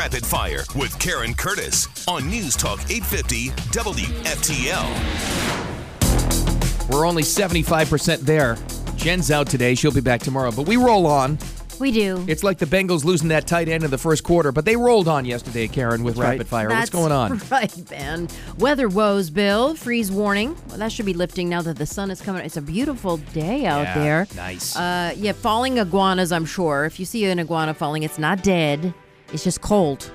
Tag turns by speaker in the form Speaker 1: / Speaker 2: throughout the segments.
Speaker 1: Rapid Fire with Karen Curtis on News Talk 850 WFTL.
Speaker 2: We're only 75% there. Jen's out today. She'll be back tomorrow. But we roll on.
Speaker 3: We do.
Speaker 2: It's like the Bengals losing that tight end in the first quarter, but they rolled on yesterday, Karen, with rapid fire. What's
Speaker 3: That's
Speaker 2: going on?
Speaker 3: Right, Ben. Weather woes, Bill. Freeze warning. Well, that should be lifting now that the sun is coming. It's a beautiful day out
Speaker 2: Yeah,
Speaker 3: there.
Speaker 2: nice.
Speaker 3: Uh, yeah, falling iguanas, I'm sure. If you see an iguana falling, it's not dead, it's just cold.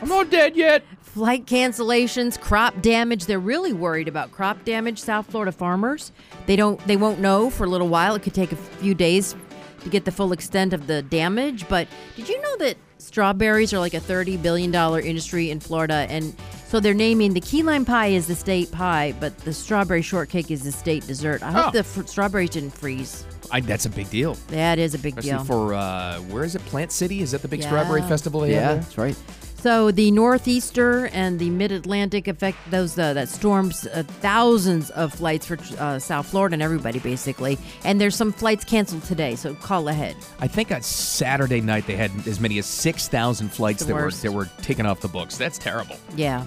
Speaker 2: I'm not dead yet.
Speaker 3: Flight cancellations, crop damage. They're really worried about crop damage. South Florida farmers, they don't, they won't know for a little while. It could take a few days to get the full extent of the damage. But did you know that strawberries are like a thirty billion dollar industry in Florida, and so they're naming the key lime pie is the state pie, but the strawberry shortcake is the state dessert. I hope
Speaker 2: Oh.
Speaker 3: the fr- strawberries didn't freeze.
Speaker 2: I, that's a big deal.
Speaker 3: That is a big
Speaker 2: Especially
Speaker 3: deal.
Speaker 2: for, uh, where is it? Plant City? Is that the big
Speaker 3: Yeah.
Speaker 2: strawberry festival? they have
Speaker 4: Yeah,
Speaker 2: there?
Speaker 4: that's right.
Speaker 3: So the northeaster and the mid-Atlantic affect those uh, that storms uh, thousands of flights for uh, South Florida and everybody basically. And there's some flights canceled today, so call ahead.
Speaker 2: I think on Saturday night they had as many as 6,000 flights
Speaker 3: The
Speaker 2: that were,
Speaker 3: worst.
Speaker 2: that were taken off the books. That's terrible.
Speaker 3: Yeah.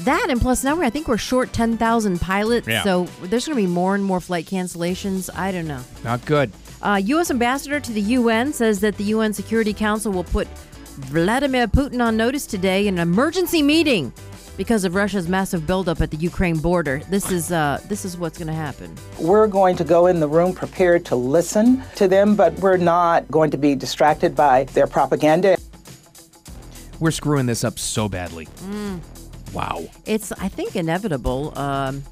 Speaker 3: That and plus now we're, I think we're short 10,000 pilots,
Speaker 2: Yeah.
Speaker 3: so there's going to be more and more flight cancellations. I don't know.
Speaker 2: Not good.
Speaker 3: Uh, U.S. ambassador to the UN says that the UN Security Council will put Vladimir Putin on notice today in an emergency meeting because of Russia's massive buildup at the Ukraine border. This is uh, this is what's going to happen.
Speaker 5: We're going to go in the room prepared to listen to them, but we're not going to be distracted by their propaganda.
Speaker 2: We're screwing this up so badly. Wow.
Speaker 3: It's I think inevitable. Um,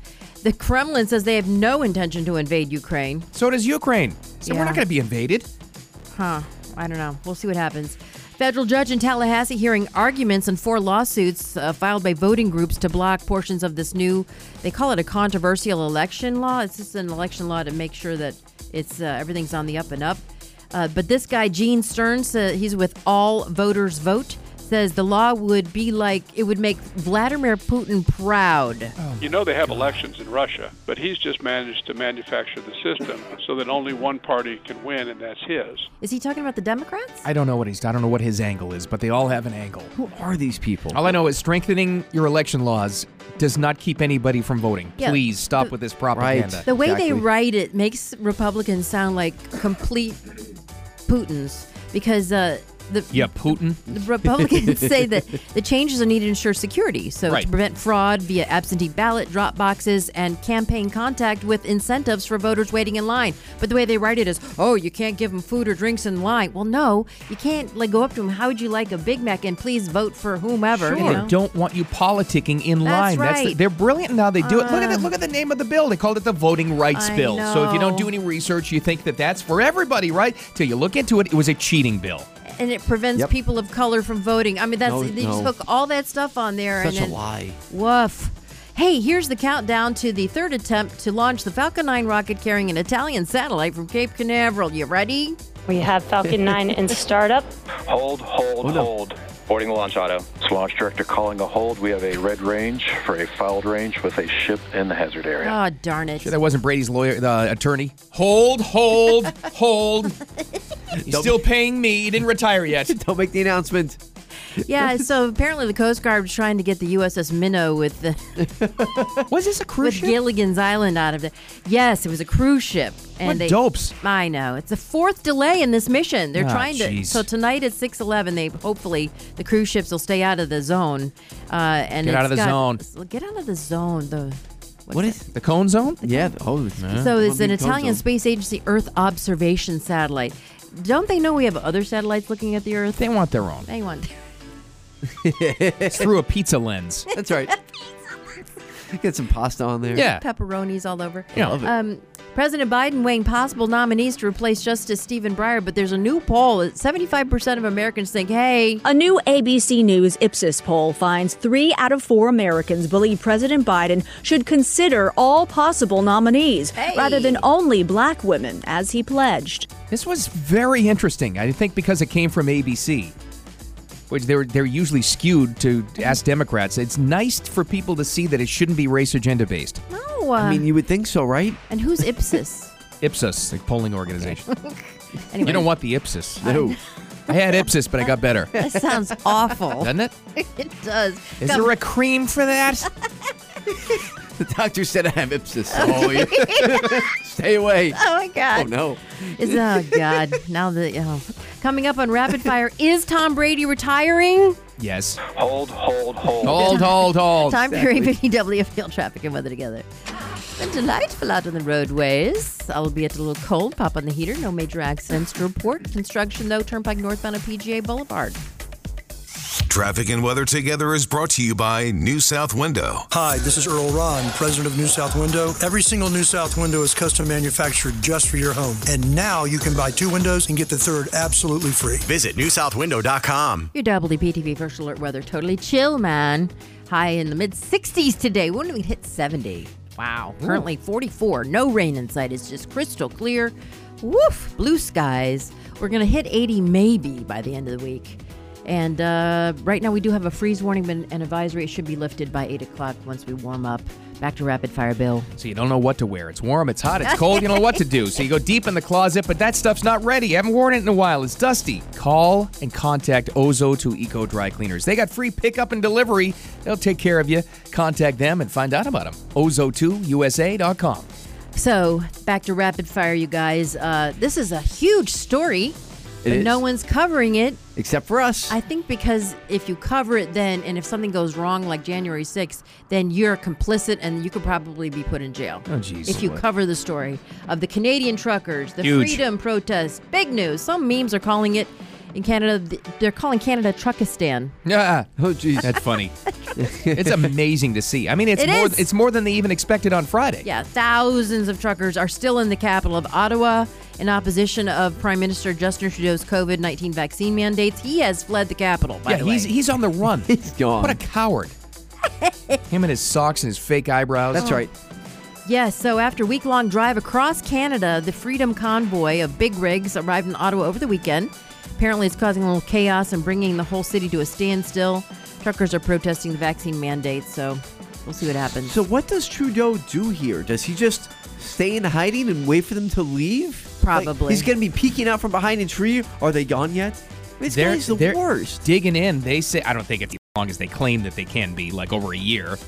Speaker 3: the Kremlin says they have no intention to invade Ukraine.
Speaker 2: So does Ukraine. So we're
Speaker 3: Yeah.
Speaker 2: not going to be invaded.
Speaker 3: Huh. I don't know. We'll see what happens. Federal judge in Tallahassee hearing arguments in four lawsuits uh, filed by voting groups to block portions of this new, they call it a controversial election law. It's just an election law to make sure that it's uh, everything's on the up and up. Uh, but this guy, Gene Stearns, uh, he's with All Voters Vote, says the law would be like, it would make Vladimir Putin proud.
Speaker 6: You know they have elections in Russia, but he's just managed to manufacture the system so that only one party can win, and that's his.
Speaker 3: Is he talking about the Democrats?
Speaker 2: I don't know what he's. I don't know what his angle is, but they all have an angle.
Speaker 4: Who are these people?
Speaker 2: All I know is strengthening your election laws does not keep anybody from voting.
Speaker 3: Yeah.
Speaker 2: Please stop with this propaganda.
Speaker 4: Right.
Speaker 3: The way they
Speaker 4: Exactly.
Speaker 3: write it makes Republicans sound like complete Putins because uh, the
Speaker 2: Yeah, Putin.
Speaker 3: the Republicans say that the changes are needed to ensure security, so
Speaker 2: Right.
Speaker 3: to prevent fraud via absentee ballot drop boxes and campaign contact with incentives for voters waiting in line. But the way they write it is, oh, you can't give them food or drinks in line. Well, no, you can't like go up to them. How would you like a Big Mac? And please vote for whomever. you
Speaker 2: They
Speaker 3: know?
Speaker 2: don't want you politicking in
Speaker 3: That's
Speaker 2: line. That's the,
Speaker 3: right. Uh.
Speaker 2: they're brilliant in how they do it. Look at the, look at the name of the bill. They called it the Voting Rights
Speaker 3: I
Speaker 2: Bill. So if you don't
Speaker 3: know.
Speaker 2: do any research, you think that that's for everybody, right? Till you look into it, it was a cheating bill.
Speaker 3: and it prevents
Speaker 4: Yep.
Speaker 3: people of color from voting. I mean, that's
Speaker 4: No,
Speaker 3: they just
Speaker 4: no.
Speaker 3: hook all that stuff on there. and
Speaker 4: Such a
Speaker 3: then,
Speaker 4: lie.
Speaker 3: Woof. Hey, here's the countdown to the third attempt to launch the Falcon 9 rocket carrying an Italian satellite from Cape Canaveral. You ready?
Speaker 7: We have Falcon 9 in startup.
Speaker 8: Hold,
Speaker 9: Oh,
Speaker 8: hold, hold. Boarding the launch auto.
Speaker 10: It's launch director calling a hold. We have a red range for a fouled range with a ship in the hazard area.
Speaker 3: Oh, darn it.
Speaker 2: That wasn't Brady's lawyer, uh, attorney. Hold, hold, hold. He's still paying me. He didn't retire yet.
Speaker 4: Don't make the announcement.
Speaker 3: Yeah, so apparently the Coast Guard was trying to get the USS Minnow with the
Speaker 2: Was this a cruise
Speaker 3: with
Speaker 2: ship?
Speaker 3: Gilligan's Island out of it. Yes, it was a cruise ship.
Speaker 2: What dopes.
Speaker 3: I know. It's the fourth delay in this mission. They're
Speaker 2: Ah,
Speaker 3: trying to.
Speaker 2: jeez.
Speaker 3: So tonight at six eleven, they hopefully the cruise ships will stay out of the zone. Uh, and
Speaker 2: Get out
Speaker 3: it's
Speaker 2: of the
Speaker 3: got- Get out of the zone. The what's
Speaker 4: What
Speaker 3: that?
Speaker 4: is?
Speaker 2: the cone zone?
Speaker 4: Yeah. Oh,
Speaker 3: So it's an
Speaker 4: Well,
Speaker 3: Italian
Speaker 4: don't-
Speaker 3: space agency Earth observation satellite. Don't they know we have other satellites looking at the Earth?
Speaker 2: They want their own.
Speaker 3: Hang on.
Speaker 2: It's through a pizza lens.
Speaker 4: That's right. Get some pasta on there.
Speaker 2: Yeah.
Speaker 3: pepperonis all over.
Speaker 2: Yeah. Uh, Love it.
Speaker 3: Um, President Biden weighing possible nominees to replace Justice Stephen Breyer, but there's a new poll. 75% of Americans think, hey,
Speaker 11: A new ABC News Ipsos poll finds three out of four Americans believe President Biden should consider all possible nominees
Speaker 3: Hey.
Speaker 11: rather than only black women, as he pledged.
Speaker 2: This was very interesting. I think because it came from ABC, which they're they're usually skewed to ask Democrats. It's nice for people to see that it shouldn't be race or gender based.
Speaker 3: no.
Speaker 4: I
Speaker 3: uh,
Speaker 4: mean, you would think so, right?
Speaker 3: and who's Ipsis?
Speaker 2: Ipsos, the polling organization.
Speaker 3: Anyway.
Speaker 2: You don't want the Ipsos.
Speaker 4: No.
Speaker 2: I had Ipsis, but I got better.
Speaker 3: That sounds awful.
Speaker 2: Doesn't it?
Speaker 3: it does.
Speaker 2: Is
Speaker 3: Come-
Speaker 2: there a cream for that?
Speaker 4: The doctor said I have ipsis. Oh, yeah. Stay away.
Speaker 3: Oh my
Speaker 4: Oh,
Speaker 3: God!
Speaker 4: no.
Speaker 3: Is oh God! Now the oh. coming up on rapid fire is Tom Brady retiring?
Speaker 2: Yes.
Speaker 8: Hold, hold, hold.
Speaker 9: Oh.
Speaker 2: Hold, hold, hold.
Speaker 3: Time for ABW Field Traffic and Weather Together. Been delightful out on the roadways, albeit a little cold. Pop on the heater. No major accidents to report. Construction though, Turnpike northbound at PGA Boulevard.
Speaker 1: Traffic and weather together is brought to you by New South Window.
Speaker 9: Hi, this is Earl Ron, president of New South Window. Every single New South window is custom manufactured just for your home. And now you can buy two windows and get the third absolutely free.
Speaker 12: Visit newsouthwindow.com.
Speaker 3: Your WPTV First Alert weather totally chill, man. High in the mid 60s today. When do we hit 70? Wow. Currently 44. No rain in sight. It's just crystal clear. Woof. Blue skies. We're going to hit 80 maybe by the end of the week. And uh, right now we do have a freeze warning and an advisory. It should be lifted by 8 o'clock once we warm up. Back to rapid fire, Bill.
Speaker 2: So you don't know what to wear. It's warm, it's hot, it's cold. You don't know what to do. So you go deep in the closet, but that stuff's not ready. You haven't worn it in a while. It's dusty. Call and contact Ozo2 Eco Dry Cleaners. They got free pickup and delivery. They'll take care of you. Contact them and find out about them. Ozo2USA.com.
Speaker 3: So back to rapid fire, you guys. Uh, this is a huge story.
Speaker 4: It
Speaker 3: but
Speaker 4: is.
Speaker 3: No one's covering it.
Speaker 4: Except for us.
Speaker 3: I think because if you cover it then, and if something goes wrong, like January 6th, then you're complicit and you could probably be put in jail.
Speaker 2: Oh, jeez.
Speaker 3: If you
Speaker 2: What?
Speaker 3: cover the story of the Canadian truckers, the
Speaker 2: Huge.
Speaker 3: freedom protests, big news. Some memes are calling it in Canada, th- they're calling Canada Truckistan.
Speaker 2: Yeah. Oh, geez. That's funny. it's amazing to see. I mean, it's
Speaker 3: It
Speaker 2: more.
Speaker 3: is.
Speaker 2: It's more than they even expected on Friday.
Speaker 3: Yeah, thousands of truckers are still in the capital of Ottawa in opposition of Prime Minister Justin Trudeau's COVID 19 vaccine mandates. He has fled the capital, by
Speaker 2: yeah.
Speaker 3: the way.
Speaker 2: He's he's on the run. he's
Speaker 4: gone.
Speaker 2: What a coward. Him and his socks and his fake eyebrows.
Speaker 3: That's right. Yes, so after a week long drive across Canada, the Freedom Convoy of big rigs arrived in Ottawa over the weekend. Apparently, it's causing a little chaos and bringing the whole city to a standstill. Truckers are protesting the vaccine mandate, so we'll see what happens.
Speaker 4: So, what does Trudeau do here? Does he just stay in hiding and wait for them to leave? Like,
Speaker 3: Probably.
Speaker 4: he's going to be peeking out from behind a tree. Are they gone yet? This
Speaker 2: They're-
Speaker 4: guy's the
Speaker 2: they're
Speaker 4: worst.
Speaker 2: Digging in, they say I don't think it's as long as they claim that they can be, like over a year.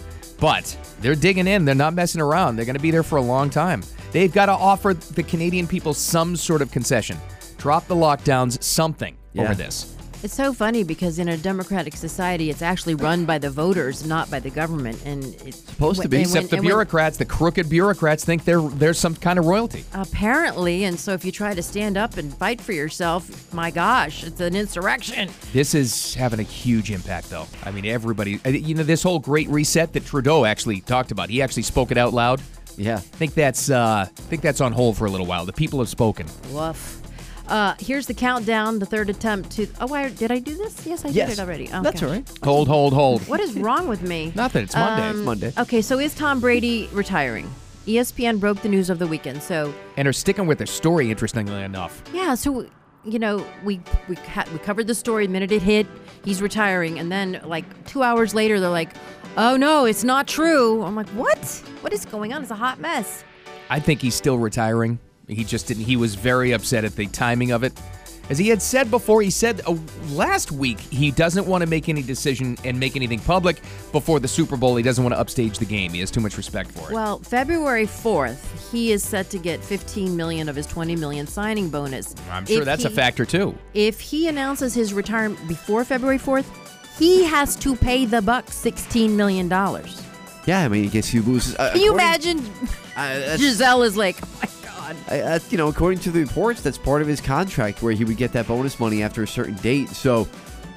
Speaker 2: But they're digging in. They're not messing around. They're going to be there for a long time. They've got to offer the Canadian people some sort of concession. Drop the lockdowns. Something over this.
Speaker 3: It's so funny because in a democratic society, it's actually run by the voters, not by the government. And it's
Speaker 2: Supposed to be.
Speaker 3: and when-
Speaker 2: Except the
Speaker 3: and when-
Speaker 2: bureaucrats, the crooked bureaucrats, think they're there's some kind of royalty.
Speaker 3: Apparently, and so if you try to stand up and fight for yourself, my gosh, it's an insurrection.
Speaker 2: This is having a huge impact, though. I mean, everybody, I- you know, this whole great reset that Trudeau actually talked about. He actually spoke it out loud.
Speaker 4: Yeah, I
Speaker 2: think that's uh, I think that's on hold for a little while. The people have spoken.
Speaker 3: Woof. Uh, here's the countdown, the third attempt to. Oh, I, did I do this? Yes, I
Speaker 2: Yes.
Speaker 3: did it already. Oh,
Speaker 2: That's
Speaker 3: gosh.
Speaker 2: all right. Hold, hold, hold.
Speaker 3: What is wrong with me? Um,
Speaker 2: Nothing. It's Monday. It's Monday.
Speaker 3: Okay, so is Tom Brady retiring? E ESPN broke the news of the weekend. So,
Speaker 2: And are sticking with their story, interestingly enough.
Speaker 3: yeah, so, you know, we we, ca- we covered the story the minute it hit. He's retiring. And then, like, two hours later, they're like, oh, no, it's not true. I'm like, what? What is going on? It's a hot mess.
Speaker 2: I think he's still retiring. He just didn't. He was very upset at the timing of it. As he had said before, he said uh, last week he doesn't want to make any decision and make anything public before the Super Bowl. He doesn't want to upstage the game. He has too much respect for it.
Speaker 3: Well, February 4th, he is set to get 15 million of his 20 million signing bonus.
Speaker 2: I'm sure
Speaker 3: If
Speaker 2: that's a
Speaker 3: he-
Speaker 2: factor too.
Speaker 3: If he announces his retirement before February 4th, he has to pay the Bucks $16 million. Can
Speaker 4: Yeah, I mean, I guess he loses. Uh,
Speaker 3: you
Speaker 4: according- uh,
Speaker 3: imagine?
Speaker 4: that's-
Speaker 3: Giselle is like, oh my God.
Speaker 4: I, uh, you know, according to the reports, that's part of his contract where he would get that bonus money after a certain date. So,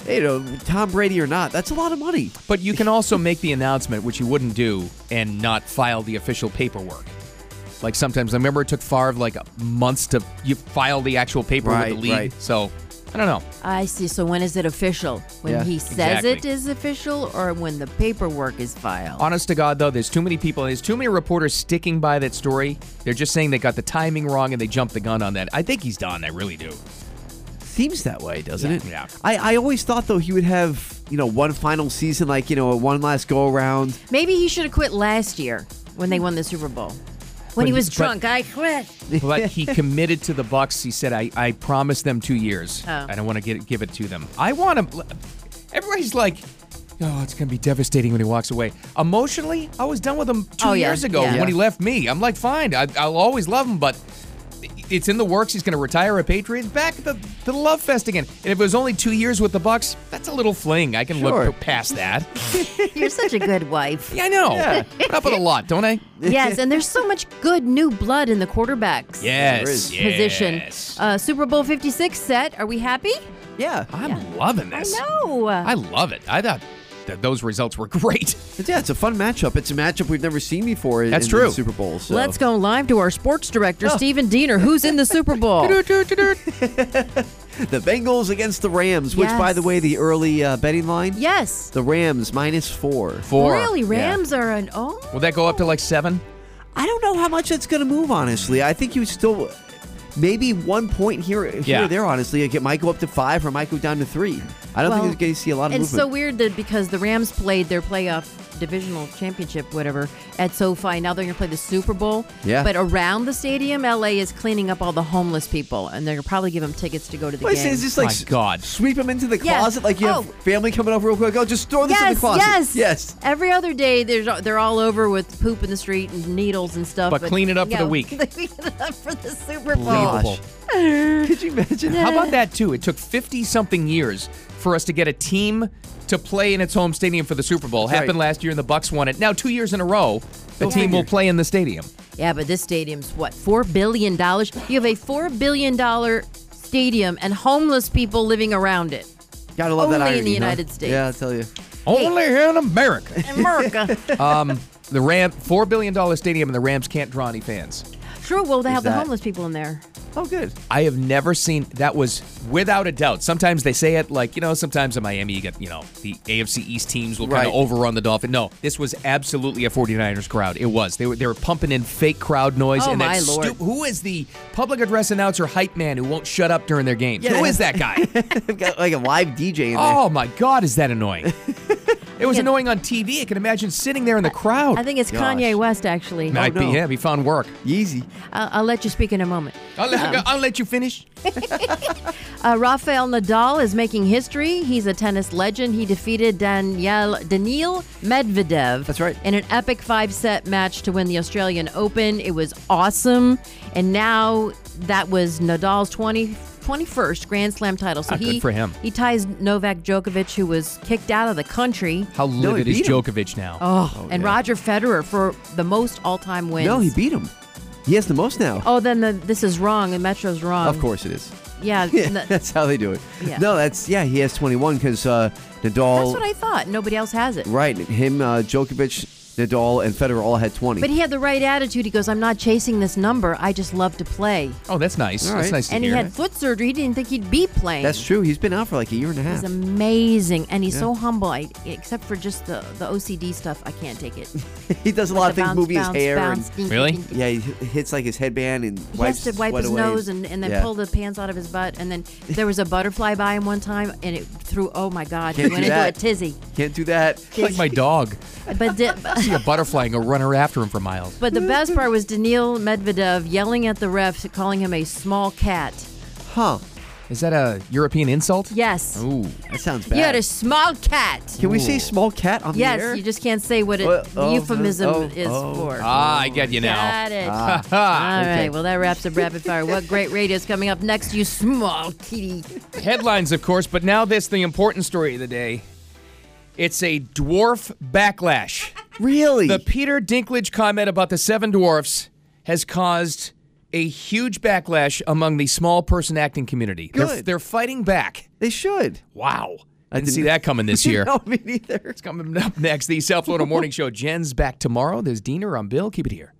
Speaker 4: you know, Tom Brady or not, that's a lot of money.
Speaker 2: But you can also make the announcement, which you wouldn't do, and not file the official paperwork. Like sometimes, I remember it took Favre like months to you file the actual paper
Speaker 4: Right,
Speaker 2: with the league.
Speaker 4: right.
Speaker 2: So I don't know.
Speaker 3: I see. So when is it official? When
Speaker 2: Yeah.
Speaker 3: he says
Speaker 2: Exactly.
Speaker 3: it is official or when the paperwork is filed?
Speaker 2: Honest to God, though, there's too many people, there's too many reporters sticking by that story. They're just saying they got the timing wrong and they jumped the gun on that. I think he's done. I really do.
Speaker 4: Seems that way, doesn't it?
Speaker 2: Yeah.
Speaker 4: I, I always thought, though, he would have, you know, one final season, like, you know, one last go around.
Speaker 3: Maybe he should have quit last year when they won the Super Bowl. When he was
Speaker 2: but-
Speaker 3: drunk, I quit.
Speaker 2: but he committed to the Bucks. He said, "I, I promised them two years.
Speaker 3: Oh.
Speaker 2: I don't want to get give it to them. I want to." Everybody's like, "Oh, it's gonna be devastating when he walks away." Emotionally, I was done with him two
Speaker 3: Oh, yeah,
Speaker 2: years ago
Speaker 3: yeah.
Speaker 2: when he
Speaker 3: Yeah.
Speaker 2: left me. I'm like, fine, I, I'll always love him, but it's in the works. He's gonna retire a Patriots back to the, to the love fest again. And if it was only two years with the Bucks, that's a little fling. I can
Speaker 4: Sure.
Speaker 2: look past that.
Speaker 3: You're such a good wife.
Speaker 2: Yeah, I know. Put up with a lot, don't I?
Speaker 3: yes, and there's so much good new blood in the quarterbacks
Speaker 2: Yes,
Speaker 3: position.
Speaker 2: yes.
Speaker 3: Uh, Super Bowl 56 set. Are we happy?
Speaker 4: Yeah.
Speaker 2: I'm loving this.
Speaker 3: No.
Speaker 2: I love it. I thought that those results were great.
Speaker 4: But yeah, it's a fun matchup. It's a matchup we've never seen before. in-
Speaker 2: That's
Speaker 4: in
Speaker 2: true.
Speaker 4: The Super Bowl. So.
Speaker 3: Let's go live to our sports director,
Speaker 4: Oh.
Speaker 3: Stephen Diener, who's in the Super Bowl.
Speaker 4: The Bengals against the Rams, which, by
Speaker 3: Yes.
Speaker 4: the way, the early uh, betting line.
Speaker 3: Yes.
Speaker 4: The Rams minus four.
Speaker 2: Four.
Speaker 3: Really, Rams are an oh.
Speaker 2: Will that go up to like seven?
Speaker 4: I don't know how much it's going to move, honestly. I think you still. Maybe one point here, here
Speaker 2: Yeah.
Speaker 4: or there, honestly. Like it might go up to five or it might go down to three. I don't
Speaker 3: Well,
Speaker 4: think you're going to see a lot of
Speaker 3: And
Speaker 4: movement.
Speaker 3: it's so weird that because the Rams played their playoff divisional championship, whatever, at SoFi, now they're going to play the Super Bowl.
Speaker 4: Yeah.
Speaker 3: But around the stadium, LA is cleaning up all the homeless people, and they're going to probably give them tickets to go to the
Speaker 4: Well, it's-
Speaker 3: game.
Speaker 4: it's just like
Speaker 2: My
Speaker 4: s-
Speaker 2: God.
Speaker 4: sweep them into the
Speaker 3: Yes.
Speaker 4: closet. Like you have
Speaker 3: Oh.
Speaker 4: family coming over real quick. Oh, just throw this in the
Speaker 3: yes,
Speaker 4: closet.
Speaker 3: yes,
Speaker 4: yes.
Speaker 3: Every other day, there's they're all over with poop in the street and needles and stuff.
Speaker 2: But clean it up for the week.
Speaker 3: They clean it up for the Super Bowl.
Speaker 2: Unbelievable.
Speaker 4: Could you imagine?
Speaker 2: How about that too? It took fifty something years for us to get a team to play in its home stadium for the Super Bowl.
Speaker 4: That's right.
Speaker 2: Happened last year, and the Bucks won it. Now two years in a row, the
Speaker 4: Go
Speaker 2: team will
Speaker 4: figure.
Speaker 2: play in the stadium.
Speaker 3: Yeah, but this stadium's what four billion dollars. You have a four billion dollar stadium and homeless people living around it.
Speaker 4: Gotta love that
Speaker 3: Only in
Speaker 4: irony,
Speaker 3: the
Speaker 4: huh?
Speaker 3: United States.
Speaker 4: Yeah, I tell you.
Speaker 2: Only in America.
Speaker 3: America.
Speaker 2: um, the Ram four billion dollar stadium, and the Rams can't draw any fans.
Speaker 3: sure, well they have the
Speaker 4: that?
Speaker 3: homeless people in there.
Speaker 4: Oh, good.
Speaker 2: I have never seen that was without a doubt. Sometimes they say it like, you know, sometimes in Miami you get, you know, the AFC East teams will kind
Speaker 4: Right.
Speaker 2: of overrun the Dolphin. No, this was absolutely a 49ers crowd. It was. They were they were pumping in fake crowd noise
Speaker 3: Oh,
Speaker 2: and that
Speaker 3: my Lord.
Speaker 2: stu- who is the public address announcer hype man who won't shut up during their games? Who is that guy?
Speaker 4: They've got like a live DJ in there.
Speaker 2: oh my god, is that annoying? It was annoying on TV. I can imagine sitting there in the crowd.
Speaker 3: I think Oh, it's
Speaker 4: Gosh.
Speaker 3: Kanye West actually.
Speaker 2: might
Speaker 4: no.
Speaker 2: be him. He found work.
Speaker 4: Yeezy.
Speaker 3: I'll, I'll let you speak in a moment.
Speaker 2: I'll let, I'll let you finish.
Speaker 3: Uh, Rafael Nadal is making history. He's a tennis legend. He defeated Daniel Daniil Medvedev.
Speaker 4: That's right.
Speaker 3: In an epic five-set match to win the Australian Open. It was awesome. And now that was Nadal's 20, 21st Grand Slam title. So
Speaker 2: Ah, good
Speaker 3: he
Speaker 2: for him.
Speaker 3: he ties Novak Djokovic, who was kicked out of the country.
Speaker 2: How
Speaker 4: No, he
Speaker 2: livid is
Speaker 4: beat him.
Speaker 2: Djokovic now?
Speaker 3: Oh, and
Speaker 4: yeah.
Speaker 3: Roger Federer for the most all-time wins.
Speaker 4: No, he beat him. He has the most now.
Speaker 3: Oh, then the, this is wrong. And Metro's wrong.
Speaker 4: Of course it is.
Speaker 3: Yeah.
Speaker 4: Yeah,
Speaker 3: n-
Speaker 4: that's how they do it.
Speaker 3: uh, Yeah.
Speaker 4: No, that's yeah. He has 21 because uh,
Speaker 3: that's
Speaker 4: Nadal.
Speaker 3: what I thought. Nobody else has it.
Speaker 4: right, him, uh, Djokovic, Nadal, and Federer all had 20.
Speaker 3: But he had the right attitude. He goes, I'm not chasing this number. I just love to play.
Speaker 2: Oh, that's nice.
Speaker 4: All
Speaker 2: That's
Speaker 4: right.
Speaker 2: nice to
Speaker 3: And he
Speaker 2: hear.
Speaker 3: had foot surgery. He didn't think he'd be playing.
Speaker 4: that's true. He's been out for like a year and a half.
Speaker 3: He's amazing. And he's
Speaker 4: Yeah.
Speaker 3: so humble, I, except for just the, the OCD stuff. I can't take it.
Speaker 4: he does a lot of
Speaker 3: The
Speaker 4: things,
Speaker 3: bounce,
Speaker 4: moving his
Speaker 3: bounce,
Speaker 4: hair.
Speaker 3: bounce,
Speaker 4: and,
Speaker 3: dink,
Speaker 2: Really?
Speaker 3: dink, dink.
Speaker 4: yeah, he h- hits like his headband and
Speaker 3: He
Speaker 4: wipes
Speaker 3: has to wipe
Speaker 4: sweat
Speaker 3: his
Speaker 4: away.
Speaker 3: nose and, and then
Speaker 4: Yeah.
Speaker 3: pull the pants out of his butt. And then there was a butterfly by him one time, and it threw, oh my God, he
Speaker 4: Can't
Speaker 3: went
Speaker 4: do
Speaker 3: into a
Speaker 4: that.
Speaker 3: tizzy.
Speaker 4: Can't do that.
Speaker 2: like my dog.
Speaker 3: But, di- but,
Speaker 2: see a butterfly and go run her after him for miles.
Speaker 3: but the best part was Daniil Medvedev yelling at the refs, calling him a small cat.
Speaker 4: Huh.
Speaker 2: Is that a European insult?
Speaker 3: Yes.
Speaker 2: Ooh.
Speaker 4: That sounds
Speaker 3: You had
Speaker 4: bad.
Speaker 3: a small cat.
Speaker 4: Can we say small cat on
Speaker 3: Yes,
Speaker 4: the air?
Speaker 3: you just can't say what it,
Speaker 4: Well,
Speaker 3: the
Speaker 4: oh,
Speaker 3: euphemism
Speaker 4: oh,
Speaker 3: is
Speaker 4: oh. Ah.
Speaker 3: for.
Speaker 2: Ah, I get you now.
Speaker 3: Got it.
Speaker 2: Ha.
Speaker 3: All
Speaker 4: Okay.
Speaker 3: right, well, that wraps up Rapid Fire. What great radio is coming up next, you small kitty.
Speaker 2: Headlines, of course, but now this the important story of the day. It's a dwarf backlash.
Speaker 4: really?
Speaker 2: The Peter Dinklage comment about the seven dwarfs has caused a huge backlash among the small person acting community. They're,
Speaker 4: Good.
Speaker 2: they're fighting back.
Speaker 4: they should.
Speaker 2: Wow. I didn't
Speaker 4: didn't-
Speaker 2: see that coming this year.
Speaker 4: no, me neither.
Speaker 2: It's coming up next. The South Florida Morning Show. Jen's back tomorrow. There's Diener. I'm Bill. Keep it here.